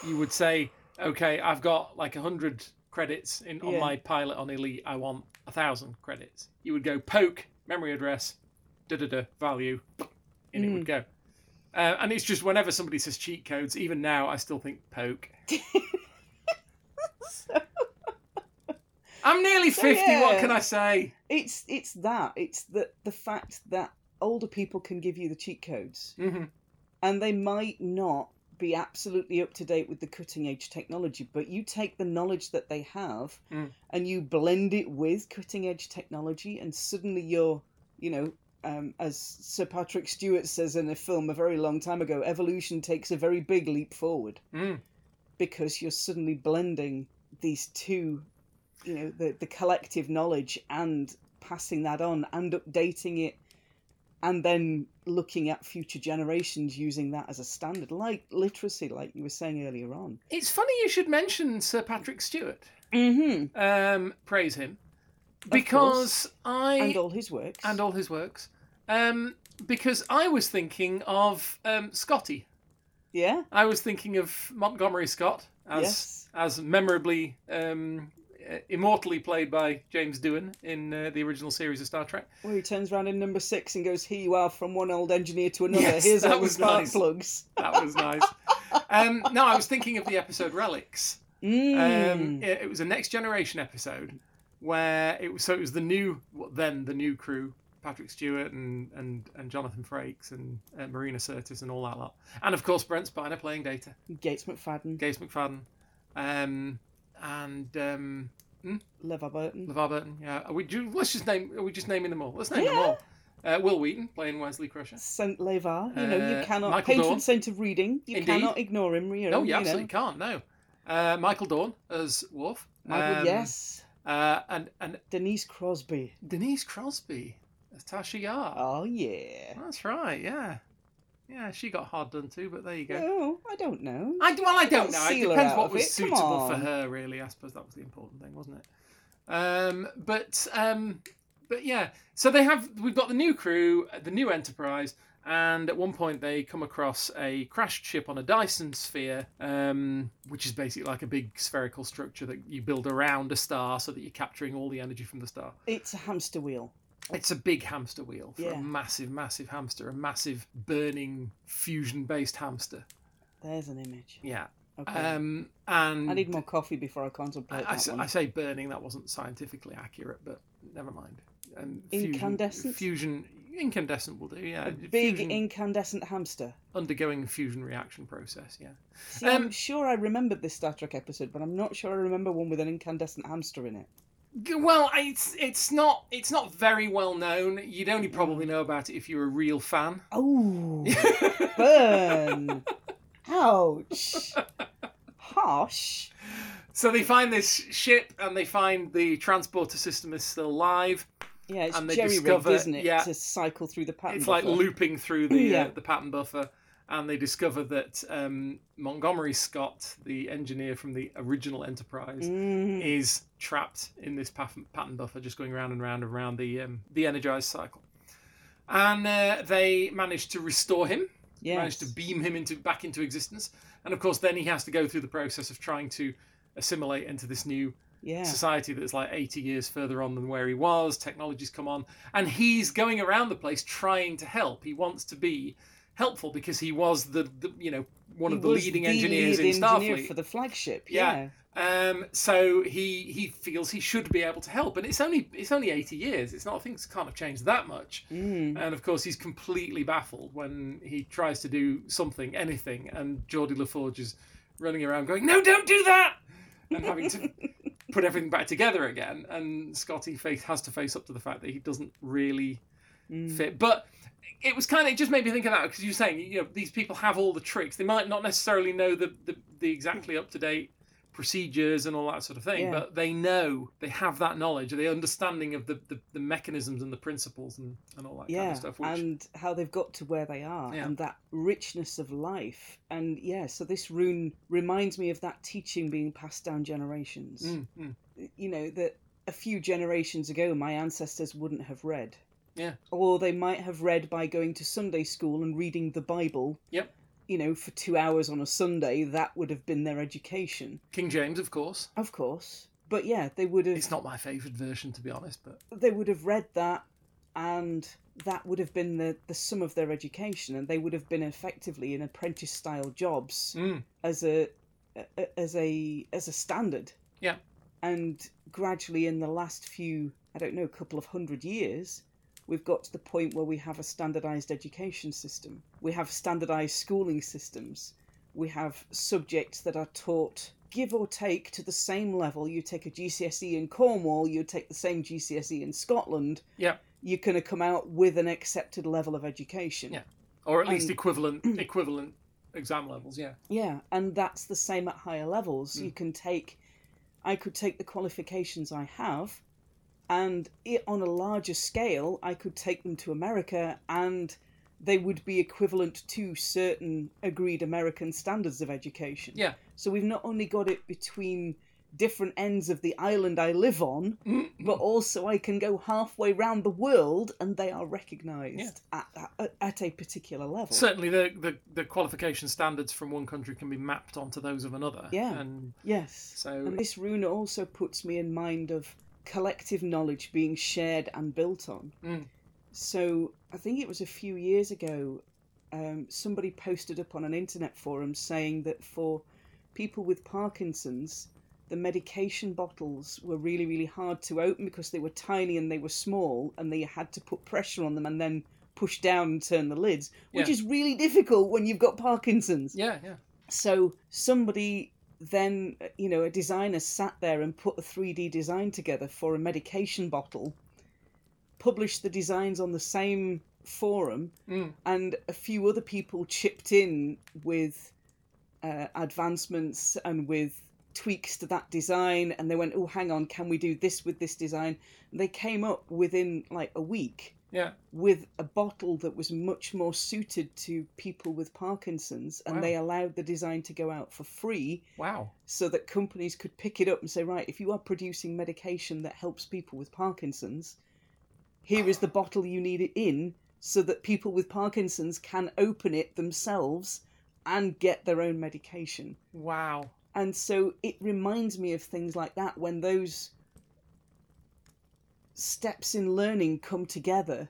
[SPEAKER 1] you would say, okay, I've got like hundred credits in on
[SPEAKER 2] Yeah.
[SPEAKER 1] my pilot on elite. I want a thousand credits. You would go poke memory address, da da da value, and it
[SPEAKER 2] Mm.
[SPEAKER 1] would go. Uh, and it's just whenever somebody says cheat codes, even now I still think
[SPEAKER 2] (laughs)
[SPEAKER 1] poke. (laughs) I'm nearly
[SPEAKER 2] So,
[SPEAKER 1] 50, what
[SPEAKER 2] yeah.
[SPEAKER 1] can I say?
[SPEAKER 2] it's it's that it's the the fact that older people can give you the cheat codes
[SPEAKER 1] hmm
[SPEAKER 2] and they might not be absolutely up to date with the cutting edge technology but you take the knowledge that they have
[SPEAKER 1] Mm.
[SPEAKER 2] and you blend it with cutting edge technology and suddenly you're you know um, as sir patrick stewart says in a film a very long time ago evolution takes a very big leap forward
[SPEAKER 1] Mm.
[SPEAKER 2] because you're suddenly blending these two, you know, the, the collective knowledge and passing that on and updating it and then looking at future generations using that as a standard, like literacy, like you were saying earlier on.
[SPEAKER 1] It's funny you should mention Sir Patrick Stewart.
[SPEAKER 2] Mm-hmm.
[SPEAKER 1] Um, praise him. because I
[SPEAKER 2] and all his works.
[SPEAKER 1] and all his works. Um, because I was thinking of um, Scotty.
[SPEAKER 2] yeah.
[SPEAKER 1] I was thinking of Montgomery Scott as
[SPEAKER 2] Yes.
[SPEAKER 1] as memorably um, uh, immortally played by James Doohan in uh, the original series of Star Trek.
[SPEAKER 2] Where he turns round in number six and goes, "Here you are, from one old engineer to another.
[SPEAKER 1] Yes,
[SPEAKER 2] Here's
[SPEAKER 1] that
[SPEAKER 2] all the
[SPEAKER 1] was
[SPEAKER 2] spark
[SPEAKER 1] nice.
[SPEAKER 2] plugs."
[SPEAKER 1] That was
[SPEAKER 2] (laughs)
[SPEAKER 1] nice. um, no, I was thinking of the episode Relics. Um,
[SPEAKER 2] Mm.
[SPEAKER 1] it, it was a Next Generation episode where it was so it was the new well, then the new crew Patrick Stewart and and and Jonathan Frakes and uh, Marina Sirtis and all that lot, and of course Brent Spiner playing Data,
[SPEAKER 2] Gates McFadden,
[SPEAKER 1] Gaze McFadden, um, and um,
[SPEAKER 2] Lev Burton.
[SPEAKER 1] LeVar Burton. Yeah, are we do let's just name are we just naming them all. Let's name them
[SPEAKER 2] Yeah.
[SPEAKER 1] all. Uh, Will Wheaton playing Wesley Crusher.
[SPEAKER 2] Saint Levar, you know,
[SPEAKER 1] Uh,
[SPEAKER 2] you cannot
[SPEAKER 1] Michael
[SPEAKER 2] patron
[SPEAKER 1] Dawn.
[SPEAKER 2] saint of reading. You
[SPEAKER 1] Indeed.
[SPEAKER 2] cannot ignore him. You know,
[SPEAKER 1] No, you
[SPEAKER 2] know.
[SPEAKER 1] absolutely can't. No. Uh, Michael Dawn as Worf.
[SPEAKER 2] Michael,
[SPEAKER 1] Um,
[SPEAKER 2] yes,
[SPEAKER 1] Uh, and and
[SPEAKER 2] Denise Crosby.
[SPEAKER 1] Denise Crosby as Tasha Yar.
[SPEAKER 2] Oh yeah.
[SPEAKER 1] That's right, yeah. Yeah, she got hard done too, but there you go.
[SPEAKER 2] No, Oh, I don't know.
[SPEAKER 1] I, well, I don't
[SPEAKER 2] Don't
[SPEAKER 1] know. It
[SPEAKER 2] seal her
[SPEAKER 1] depends
[SPEAKER 2] out
[SPEAKER 1] what
[SPEAKER 2] of
[SPEAKER 1] was
[SPEAKER 2] it, come
[SPEAKER 1] suitable for
[SPEAKER 2] on.
[SPEAKER 1] her, really. I suppose that was the important thing, wasn't it? Um, but um, but yeah, so they have. We've got the new crew, the new Enterprise, and at one point they come across a crashed ship on a Dyson sphere, um, which is basically like a big spherical structure that you build around a star so that you're capturing all the energy from the star.
[SPEAKER 2] It's a hamster wheel.
[SPEAKER 1] It's a big hamster wheel for
[SPEAKER 2] Yeah.
[SPEAKER 1] a massive, massive hamster, a massive burning fusion based hamster.
[SPEAKER 2] There's an image.
[SPEAKER 1] Yeah.
[SPEAKER 2] Okay.
[SPEAKER 1] Um, and
[SPEAKER 2] I need more coffee before I contemplate
[SPEAKER 1] I, I
[SPEAKER 2] that
[SPEAKER 1] s-
[SPEAKER 2] one.
[SPEAKER 1] I say burning, that wasn't scientifically accurate, but never mind. Um, fusion-
[SPEAKER 2] Incandescent?
[SPEAKER 1] Fusion, incandescent will do, yeah.
[SPEAKER 2] a big
[SPEAKER 1] Fusion-
[SPEAKER 2] incandescent hamster.
[SPEAKER 1] undergoing a fusion reaction process, yeah.
[SPEAKER 2] See,
[SPEAKER 1] Um,
[SPEAKER 2] I'm sure I remembered this Star Trek episode, but I'm not sure I remember one with an incandescent hamster in it.
[SPEAKER 1] G- Well, I- it's it's not it's not very well known. You'd only
[SPEAKER 2] Mm.
[SPEAKER 1] probably know about it if you're a real
[SPEAKER 2] (laughs)
[SPEAKER 1] fan. (laughs)
[SPEAKER 2] Oh, burn! Ouch! Harsh.
[SPEAKER 1] so they find this ship and they find the transporter system is still live.
[SPEAKER 2] Yeah, it's
[SPEAKER 1] And they
[SPEAKER 2] jerry rigged,
[SPEAKER 1] discover-
[SPEAKER 2] isn't it,
[SPEAKER 1] yeah.
[SPEAKER 2] to cycle through the pattern?
[SPEAKER 1] it's like
[SPEAKER 2] buffer?
[SPEAKER 1] looping through the
[SPEAKER 2] (laughs) Yeah.
[SPEAKER 1] uh, the pattern buffer and they discover that um, montgomery scott the engineer from the original enterprise
[SPEAKER 2] Mm,
[SPEAKER 1] is trapped in this paf- pattern buffer just going round and round and round the um, the energized cycle and uh, they manage to restore him
[SPEAKER 2] yes.
[SPEAKER 1] manage to beam him into back into existence and of course then he has to go through the process of trying to assimilate into this new
[SPEAKER 2] yeah.
[SPEAKER 1] society that's like 80 years further on than where he was technology's come on and he's going around the place trying to help he wants to be helpful because he was the, the you know one
[SPEAKER 2] He
[SPEAKER 1] of the
[SPEAKER 2] was
[SPEAKER 1] leading engineers
[SPEAKER 2] lead
[SPEAKER 1] in
[SPEAKER 2] engineer
[SPEAKER 1] starfleet
[SPEAKER 2] for the flagship.
[SPEAKER 1] Yeah.
[SPEAKER 2] Yeah.
[SPEAKER 1] um so he he feels he should be able to help and it's only it's only 80 years it's not things can't have changed that much
[SPEAKER 2] Mm.
[SPEAKER 1] and of course he's completely baffled when he tries to do something anything and geordie laforge is running around going no don't do that and having to put everything back together again and scotty face has to face up to the fact that he doesn't really
[SPEAKER 2] Mm.
[SPEAKER 1] fit but it was kind of it just made me think of that because you're saying you know these people have all the tricks they might not necessarily know the the, the exactly up to date procedures and all that sort of thing
[SPEAKER 2] Yeah.
[SPEAKER 1] but they know they have that knowledge the understanding of the, the, the mechanisms and the principles and, and all that
[SPEAKER 2] yeah,
[SPEAKER 1] kind of stuff which
[SPEAKER 2] and how they've got to where they are,
[SPEAKER 1] Yeah.
[SPEAKER 2] and that richness of life, and yeah. So this rune reminds me of that teaching being passed down generations.
[SPEAKER 1] Mm, mm.
[SPEAKER 2] You know that a few generations ago, my ancestors wouldn't have read.
[SPEAKER 1] Yeah.
[SPEAKER 2] Or they might have read by going to Sunday school and reading the Bible.
[SPEAKER 1] Yep.
[SPEAKER 2] You know, for two hours on a Sunday, that would have been their education,
[SPEAKER 1] king james of course
[SPEAKER 2] of course. But yeah, they would have.
[SPEAKER 1] it's not my favorite version to be honest but
[SPEAKER 2] they would have read that and that would have been the, the sum of their education and they would have been effectively in apprentice style jobs
[SPEAKER 1] Mm,
[SPEAKER 2] as a a- as a as a standard
[SPEAKER 1] Yeah.
[SPEAKER 2] and gradually in the last few i don't know couple of hundred years we've got to the point where we have a standardized education system we have standardized schooling systems we have subjects that are taught give or take to the same level you take a gcse E in cornwall you take the same gcse E in scotland
[SPEAKER 1] Yeah.
[SPEAKER 2] you're going to come out with an accepted level of education
[SPEAKER 1] Yeah. or at least
[SPEAKER 2] And- (clears throat)
[SPEAKER 1] equivalent equivalent exam levels yeah
[SPEAKER 2] yeah, and that's the same at higher levels. You
[SPEAKER 1] Mm.
[SPEAKER 2] can take, I could take the qualifications I have, and it, on a larger scale, I could take them to America, and they would be equivalent to certain agreed American standards of education.
[SPEAKER 1] Yeah.
[SPEAKER 2] So we've not only got it between different ends of the island I live on, but also I can go halfway round the world and they are recognised at, at, at a particular level.
[SPEAKER 1] Certainly, the, the, the qualification standards from one country can be mapped onto those of another.
[SPEAKER 2] Yeah.
[SPEAKER 1] And
[SPEAKER 2] yes.
[SPEAKER 1] so-
[SPEAKER 2] and this rune also puts me in mind of collective knowledge being shared and built on.
[SPEAKER 1] Mm.
[SPEAKER 2] So I think it was a few years ago, um, somebody posted up on an internet forum saying that for people with Parkinson's, the medication bottles were really, really hard to open because they were tiny and they were small, and they had to put pressure on them and then push down and turn the lids, which
[SPEAKER 1] Yeah.
[SPEAKER 2] is really difficult when you've got Parkinson's.
[SPEAKER 1] yeah, yeah.
[SPEAKER 2] So somebody then, you know, a designer sat there and put a 3D design together for a medication bottle, published the designs on the same forum,
[SPEAKER 1] Mm.
[SPEAKER 2] and a few other people chipped in with uh, advancements and with tweaks to that design. And they went, oh, hang on, can we do this with this design? And they came up within like a week
[SPEAKER 1] Yeah.
[SPEAKER 2] with a bottle that was much more suited to people with Parkinson's, and
[SPEAKER 1] Wow.
[SPEAKER 2] they allowed the design to go out for free
[SPEAKER 1] Wow.
[SPEAKER 2] so that companies could pick it up and say, right, if you are producing medication that helps people with Parkinson's, here is the bottle you need it in so that people with Parkinson's can open it themselves and get their own medication.
[SPEAKER 1] Wow.
[SPEAKER 2] And so it reminds me of things like that when those steps in learning come together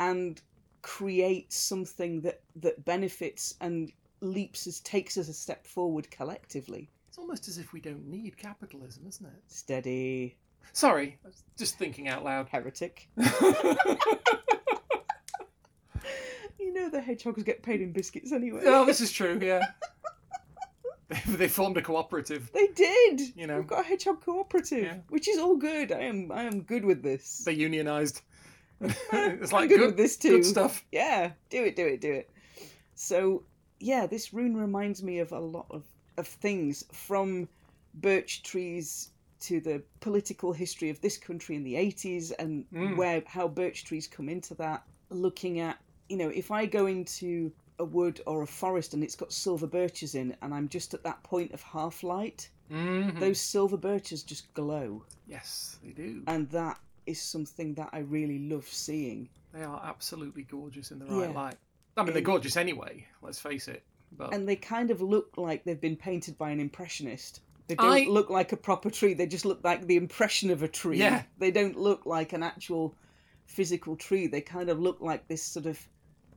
[SPEAKER 2] and create something that, that benefits and leaps us, takes us a step forward collectively.
[SPEAKER 1] It's almost as if we don't need capitalism, isn't it?
[SPEAKER 2] Steady,
[SPEAKER 1] Sorry, I was just thinking out (laughs) loud.
[SPEAKER 2] heretic. You know the hedgehogs get paid in biscuits anyway.
[SPEAKER 1] oh, this is true. Yeah. They- they formed a cooperative.
[SPEAKER 2] They did.
[SPEAKER 1] You know.
[SPEAKER 2] we've got a hedgehog cooperative,
[SPEAKER 1] Yeah.
[SPEAKER 2] which is all good. I am, I am good with this.
[SPEAKER 1] They (laughs) unionised. it's
[SPEAKER 2] I'm
[SPEAKER 1] like
[SPEAKER 2] good,
[SPEAKER 1] good,
[SPEAKER 2] with this too.
[SPEAKER 1] good stuff.
[SPEAKER 2] Yeah, do it, do it, do it. So, yeah, this rune reminds me of a lot of, of things from birch trees to the political history of this country in the 80s and
[SPEAKER 1] Mm.
[SPEAKER 2] where how birch trees come into that. Looking at, you know, if I go into a wood or a forest and it's got silver birches in and I'm just at that point of half light,
[SPEAKER 1] Mhm.
[SPEAKER 2] those silver birches just glow.
[SPEAKER 1] Yes, they do.
[SPEAKER 2] And that is something that I really love seeing.
[SPEAKER 1] They are absolutely gorgeous in the right
[SPEAKER 2] Yeah.
[SPEAKER 1] light. I mean, they're
[SPEAKER 2] Yeah.
[SPEAKER 1] gorgeous anyway. Let's face it. But
[SPEAKER 2] and they kind of look like they've been painted by an impressionist. They don't
[SPEAKER 1] I-
[SPEAKER 2] look like a proper tree. They just look like the impression of a tree.
[SPEAKER 1] Yeah.
[SPEAKER 2] They don't look like an actual physical tree. They kind of look like this sort of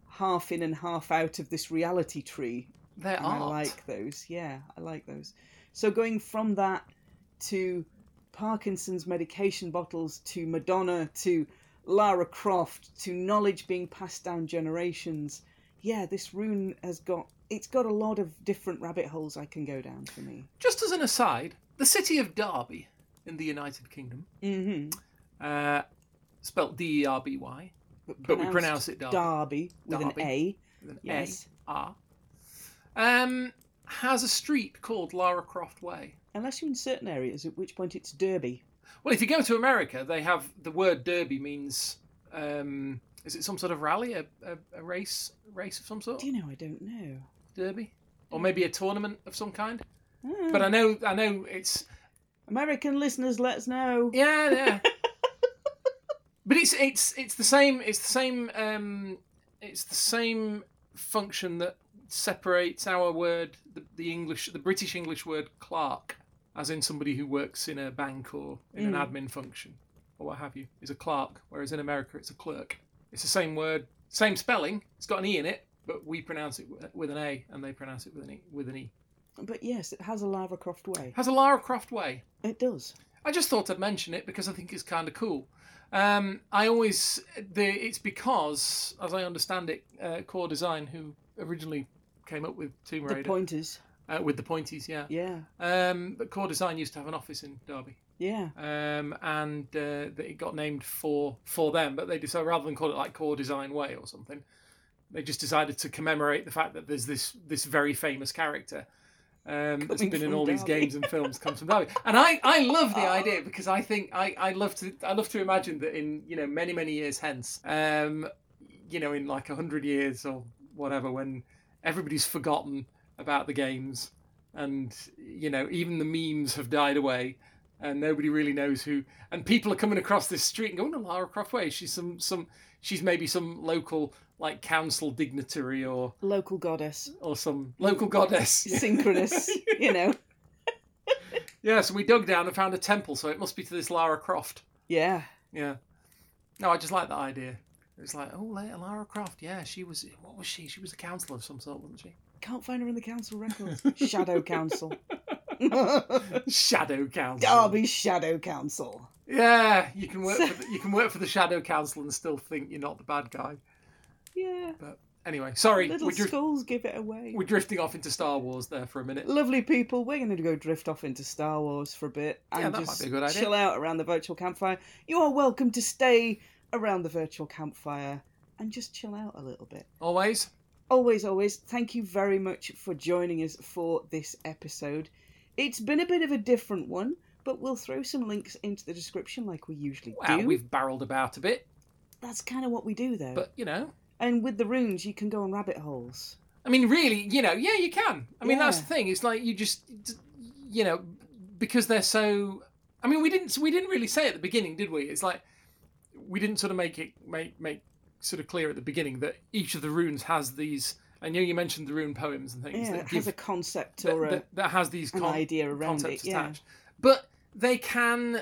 [SPEAKER 2] half in and half out of this reality tree.
[SPEAKER 1] they're
[SPEAKER 2] And
[SPEAKER 1] art.
[SPEAKER 2] I like those. Yeah, I like those. So going from that to Parkinson's medication bottles to Madonna to Lara Croft to knowledge being passed down generations. Yeah, this rune has got it's got a lot of different rabbit holes I can go down for me.
[SPEAKER 1] Just as an aside, the city of Derby in the United Kingdom,
[SPEAKER 2] Mm-hmm.
[SPEAKER 1] uh, spelt D E R B Y, but we pronounce it Derby.
[SPEAKER 2] Derby with
[SPEAKER 1] Derby.
[SPEAKER 2] an A.
[SPEAKER 1] with an A,
[SPEAKER 2] Yes.
[SPEAKER 1] R, um, has a street called Lara Croft Way.
[SPEAKER 2] Unless you're in certain areas, at which point it's Derby.
[SPEAKER 1] Well, if you go to America, they have the word derby means um, is it some sort of rally, a, a, a race, race of some sort,
[SPEAKER 2] Do you know? I don't know.
[SPEAKER 1] derby, or maybe a tournament of some kind.
[SPEAKER 2] Ah,
[SPEAKER 1] But I know, I know it's
[SPEAKER 2] American listeners, let us know.
[SPEAKER 1] yeah, yeah. but it's it's it's the same. It's the same. Um, it's the same function that separates our word, the, the English, the British English word clerk, as in somebody who works in a bank or in an admin function or what have you, is a clerk. Whereas in America, it's a clerk. It's the same word, same spelling. It's got an e in it, but we pronounce it with- with an a, and they pronounce it with an e. With an e.
[SPEAKER 2] But yes, it has a Lara Croft way.
[SPEAKER 1] Has a Lara Croft way.
[SPEAKER 2] It does.
[SPEAKER 1] I just thought I'd mention it because I think it's kind of cool. Um, I always the it's because, as I understand it, uh, Core Design, who originally came up with Tomb
[SPEAKER 2] The
[SPEAKER 1] Raider
[SPEAKER 2] pointers.
[SPEAKER 1] uh, with the pointies, yeah.
[SPEAKER 2] Yeah.
[SPEAKER 1] Um, but Core Design used to have an office in Derby,
[SPEAKER 2] Yeah.
[SPEAKER 1] um, and uh, that it got named for for them. But they decided rather than call it like Core Design Way or something, they just decided to commemorate the fact that there's this this very famous character um, that's
[SPEAKER 2] Coming
[SPEAKER 1] been in
[SPEAKER 2] from
[SPEAKER 1] all these
[SPEAKER 2] Derby.
[SPEAKER 1] games and films comes from Derby. And I, I love the idea because I think I, I love to I love to imagine that in you know many many years hence, um, you know in like hundred years or whatever when everybody's forgotten about the games and you know even the memes have died away and nobody really knows who and people are coming across this street and going oh lara croft way she's some some she's maybe some local like council dignitary or (laughs)
[SPEAKER 2] Local goddess,
[SPEAKER 1] or some local goddess
[SPEAKER 2] synchronous,
[SPEAKER 1] (laughs)
[SPEAKER 2] you know.
[SPEAKER 1] yeah so we dug down and found a temple so it must be to this lara croft
[SPEAKER 2] Yeah.
[SPEAKER 1] yeah no i just like that idea it was like oh La- lara croft yeah she was what was she she was a council of some sort wasn't she (laughs)
[SPEAKER 2] Can't find her in the council records. Shadow Council.
[SPEAKER 1] shadow council
[SPEAKER 2] Derby Shadow Council.
[SPEAKER 1] yeah you can work
[SPEAKER 2] (laughs)
[SPEAKER 1] for the, you can work for the shadow council and still think you're not the bad guy
[SPEAKER 2] Yeah.
[SPEAKER 1] Anyway, sorry,
[SPEAKER 2] Little
[SPEAKER 1] we're, drif-
[SPEAKER 2] schools give it away.
[SPEAKER 1] we're drifting off into Star Wars there for a minute.
[SPEAKER 2] Lovely people, we're going to go drift off into Star Wars for a bit
[SPEAKER 1] Yeah,
[SPEAKER 2] and
[SPEAKER 1] that might
[SPEAKER 2] just
[SPEAKER 1] be a good idea.
[SPEAKER 2] chill out around the virtual campfire. You are welcome to stay around the virtual campfire and just chill out a little bit.
[SPEAKER 1] Always,
[SPEAKER 2] always, always, thank you very much for joining us for this episode. It's been a bit of a different one, but we'll throw some links into the description like we usually
[SPEAKER 1] well,
[SPEAKER 2] do.
[SPEAKER 1] Uh, we've barreled about a bit,
[SPEAKER 2] That's kind of what we do, though.
[SPEAKER 1] but you know,
[SPEAKER 2] And with the runes, you can go on rabbit holes.
[SPEAKER 1] I mean, really, you know, yeah, you can. I mean, that's
[SPEAKER 2] Yeah.
[SPEAKER 1] the thing. It's like you just, you know, because they're so. I mean, we didn't we didn't really say at the beginning, did we? It's like we didn't sort of make it make make sort of clear at the beginning that each of the runes has these. I know you mentioned the rune poems and things
[SPEAKER 2] Yeah,
[SPEAKER 1] that
[SPEAKER 2] it
[SPEAKER 1] give
[SPEAKER 2] has a concept
[SPEAKER 1] that,
[SPEAKER 2] or a,
[SPEAKER 1] that, that has these
[SPEAKER 2] an
[SPEAKER 1] con-
[SPEAKER 2] idea around it.
[SPEAKER 1] concepts
[SPEAKER 2] Yeah.
[SPEAKER 1] attached. But they can,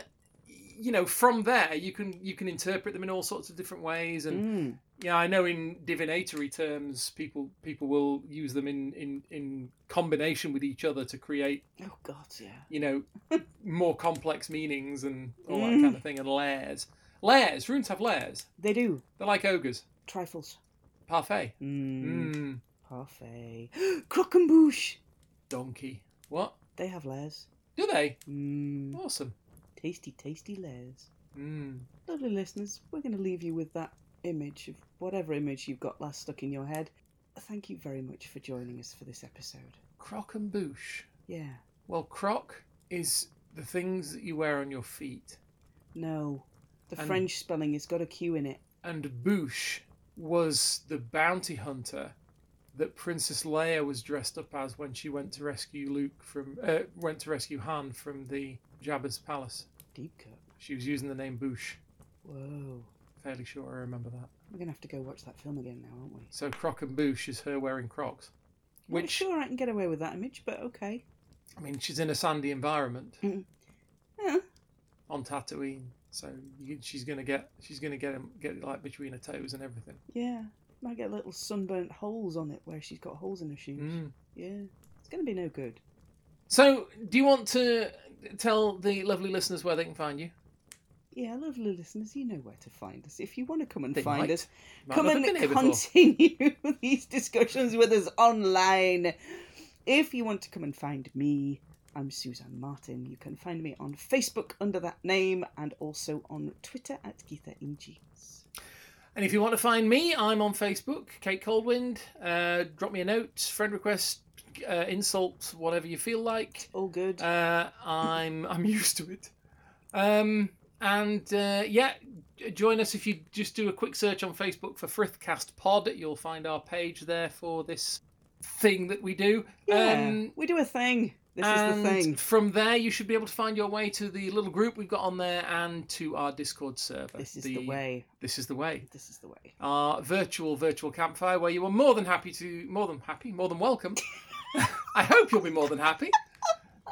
[SPEAKER 1] you know, from there you can you can interpret them in all sorts of different ways. And
[SPEAKER 2] Mm.
[SPEAKER 1] yeah, I know in divinatory terms, people people will use them in in in combination with each other to create
[SPEAKER 2] Oh, God, yeah.
[SPEAKER 1] you know
[SPEAKER 2] (laughs)
[SPEAKER 1] more complex meanings and all that
[SPEAKER 2] Mm.
[SPEAKER 1] kind of thing and layers. Layers. Runes have layers.
[SPEAKER 2] They do.
[SPEAKER 1] They're like ogres.
[SPEAKER 2] Trifles.
[SPEAKER 1] Parfait.
[SPEAKER 2] Mm.
[SPEAKER 1] Mm.
[SPEAKER 2] Parfait. (gasps) Croquembouche.
[SPEAKER 1] Donkey. What?
[SPEAKER 2] They have layers.
[SPEAKER 1] Do they?
[SPEAKER 2] Mm.
[SPEAKER 1] Awesome.
[SPEAKER 2] Tasty, tasty layers.
[SPEAKER 1] Mm.
[SPEAKER 2] Lovely listeners, we're going to leave you with that image of whatever image you've got last stuck in your head. Thank you very much for joining us for this episode.
[SPEAKER 1] Croc and boosh.
[SPEAKER 2] Yeah,
[SPEAKER 1] Well, croc is the things that you wear on your feet,
[SPEAKER 2] no. The
[SPEAKER 1] And-
[SPEAKER 2] French spelling has got a Q in it.
[SPEAKER 1] and boosh was the bounty hunter that Princess Leia was dressed up as when she went to rescue Luke from uh, went to rescue Han from the Jabba's palace.
[SPEAKER 2] Deep cut.
[SPEAKER 1] She was using the name Boosh.
[SPEAKER 2] Whoa.
[SPEAKER 1] Fairly sure I remember that.
[SPEAKER 2] We're going to have to go watch that film again now, aren't we?
[SPEAKER 1] So croc and boosh is her wearing crocs,
[SPEAKER 2] Not
[SPEAKER 1] which
[SPEAKER 2] sure I can get away with that image, but okay.
[SPEAKER 1] I mean she's in a sandy environment
[SPEAKER 2] Yeah.
[SPEAKER 1] on Tatooine, so you, she's gonna get she's gonna get 'em- get it like between her toes and everything.
[SPEAKER 2] yeah. Might get little sunburnt holes on it where she's got holes in her shoes.
[SPEAKER 1] Mm.
[SPEAKER 2] Yeah. It's going to be no good.
[SPEAKER 1] So, do you want to tell the lovely listeners where they can find you?
[SPEAKER 2] Yeah, lovely listeners, you know where to find us. If you want to come and
[SPEAKER 1] They
[SPEAKER 2] find
[SPEAKER 1] might.
[SPEAKER 2] us,
[SPEAKER 1] Might
[SPEAKER 2] come
[SPEAKER 1] not have
[SPEAKER 2] and
[SPEAKER 1] been here before.
[SPEAKER 2] continue (laughs) these discussions with us online. If you want to come and find me, I'm Suzanne Martin. You can find me on Facebook under that name and also on Twitter at Geetha in Jeans.
[SPEAKER 1] And if you want to find me, I'm on Facebook, Kate Coldwind. Uh, drop me a note, friend request, uh, insult, whatever you feel like.
[SPEAKER 2] All good.
[SPEAKER 1] Uh, I'm (laughs) I'm used to it. Um, and uh, yeah, j- join us if you just do a quick search on Facebook for Frithcast Pod. You'll find our page there for this thing that we do.
[SPEAKER 2] yeah,
[SPEAKER 1] Um,
[SPEAKER 2] we do a thing. This is
[SPEAKER 1] and
[SPEAKER 2] the thing.
[SPEAKER 1] From there, you should be able to find your way to the little group we've got on there and to our Discord server.
[SPEAKER 2] This is the, way.
[SPEAKER 1] This is the way.
[SPEAKER 2] This is the way.
[SPEAKER 1] Our virtual virtual campfire, where you are more than happy to, more than happy, more than
[SPEAKER 2] (laughs)
[SPEAKER 1] welcome. I hope you'll be more than happy.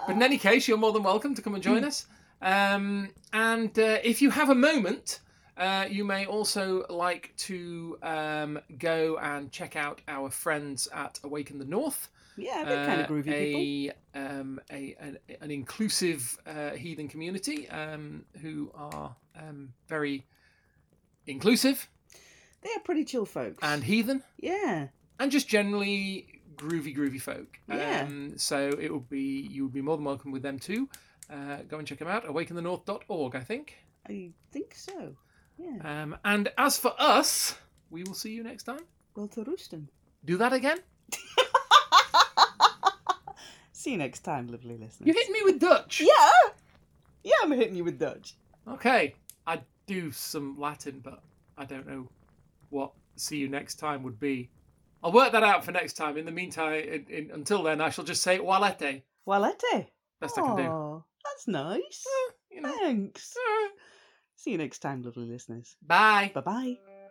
[SPEAKER 1] But in any case, you're more than welcome to come and
[SPEAKER 2] (laughs)
[SPEAKER 1] join us. Um, and uh, if you have a moment, uh, you may also like to um, go and check out our friends at Awaken the North
[SPEAKER 2] Yeah, they're kind
[SPEAKER 1] uh,
[SPEAKER 2] of groovy people.
[SPEAKER 1] a, Um, a, an, an inclusive uh, heathen community um, who are um, very inclusive
[SPEAKER 2] They are pretty chill folks.
[SPEAKER 1] and heathen
[SPEAKER 2] yeah,
[SPEAKER 1] and just generally groovy, groovy folk.
[SPEAKER 2] Yeah.
[SPEAKER 1] Um, so it would be you would be more than welcome with them too. Uh, go and check them out. Awakenthenorth.org, I think.
[SPEAKER 2] I think so. Yeah.
[SPEAKER 1] Um, and as for us, we will see you next time.
[SPEAKER 2] Well, to Roostem.
[SPEAKER 1] Do that again.
[SPEAKER 2] See you next time, lovely listeners.
[SPEAKER 1] You hit me with Dutch.
[SPEAKER 2] Yeah. Yeah, I'm hitting you with Dutch.
[SPEAKER 1] Okay, I do some Latin, but I don't know what see you next time would be. I'll work that out for next time. In the meantime, in, in, until then, I shall just say Walete.
[SPEAKER 2] Walete.
[SPEAKER 1] Best I can do.
[SPEAKER 2] Aw, That's nice.
[SPEAKER 1] You know.
[SPEAKER 2] Mm. Thanks. See you next time, lovely listeners.
[SPEAKER 1] Bye.
[SPEAKER 2] Bye bye.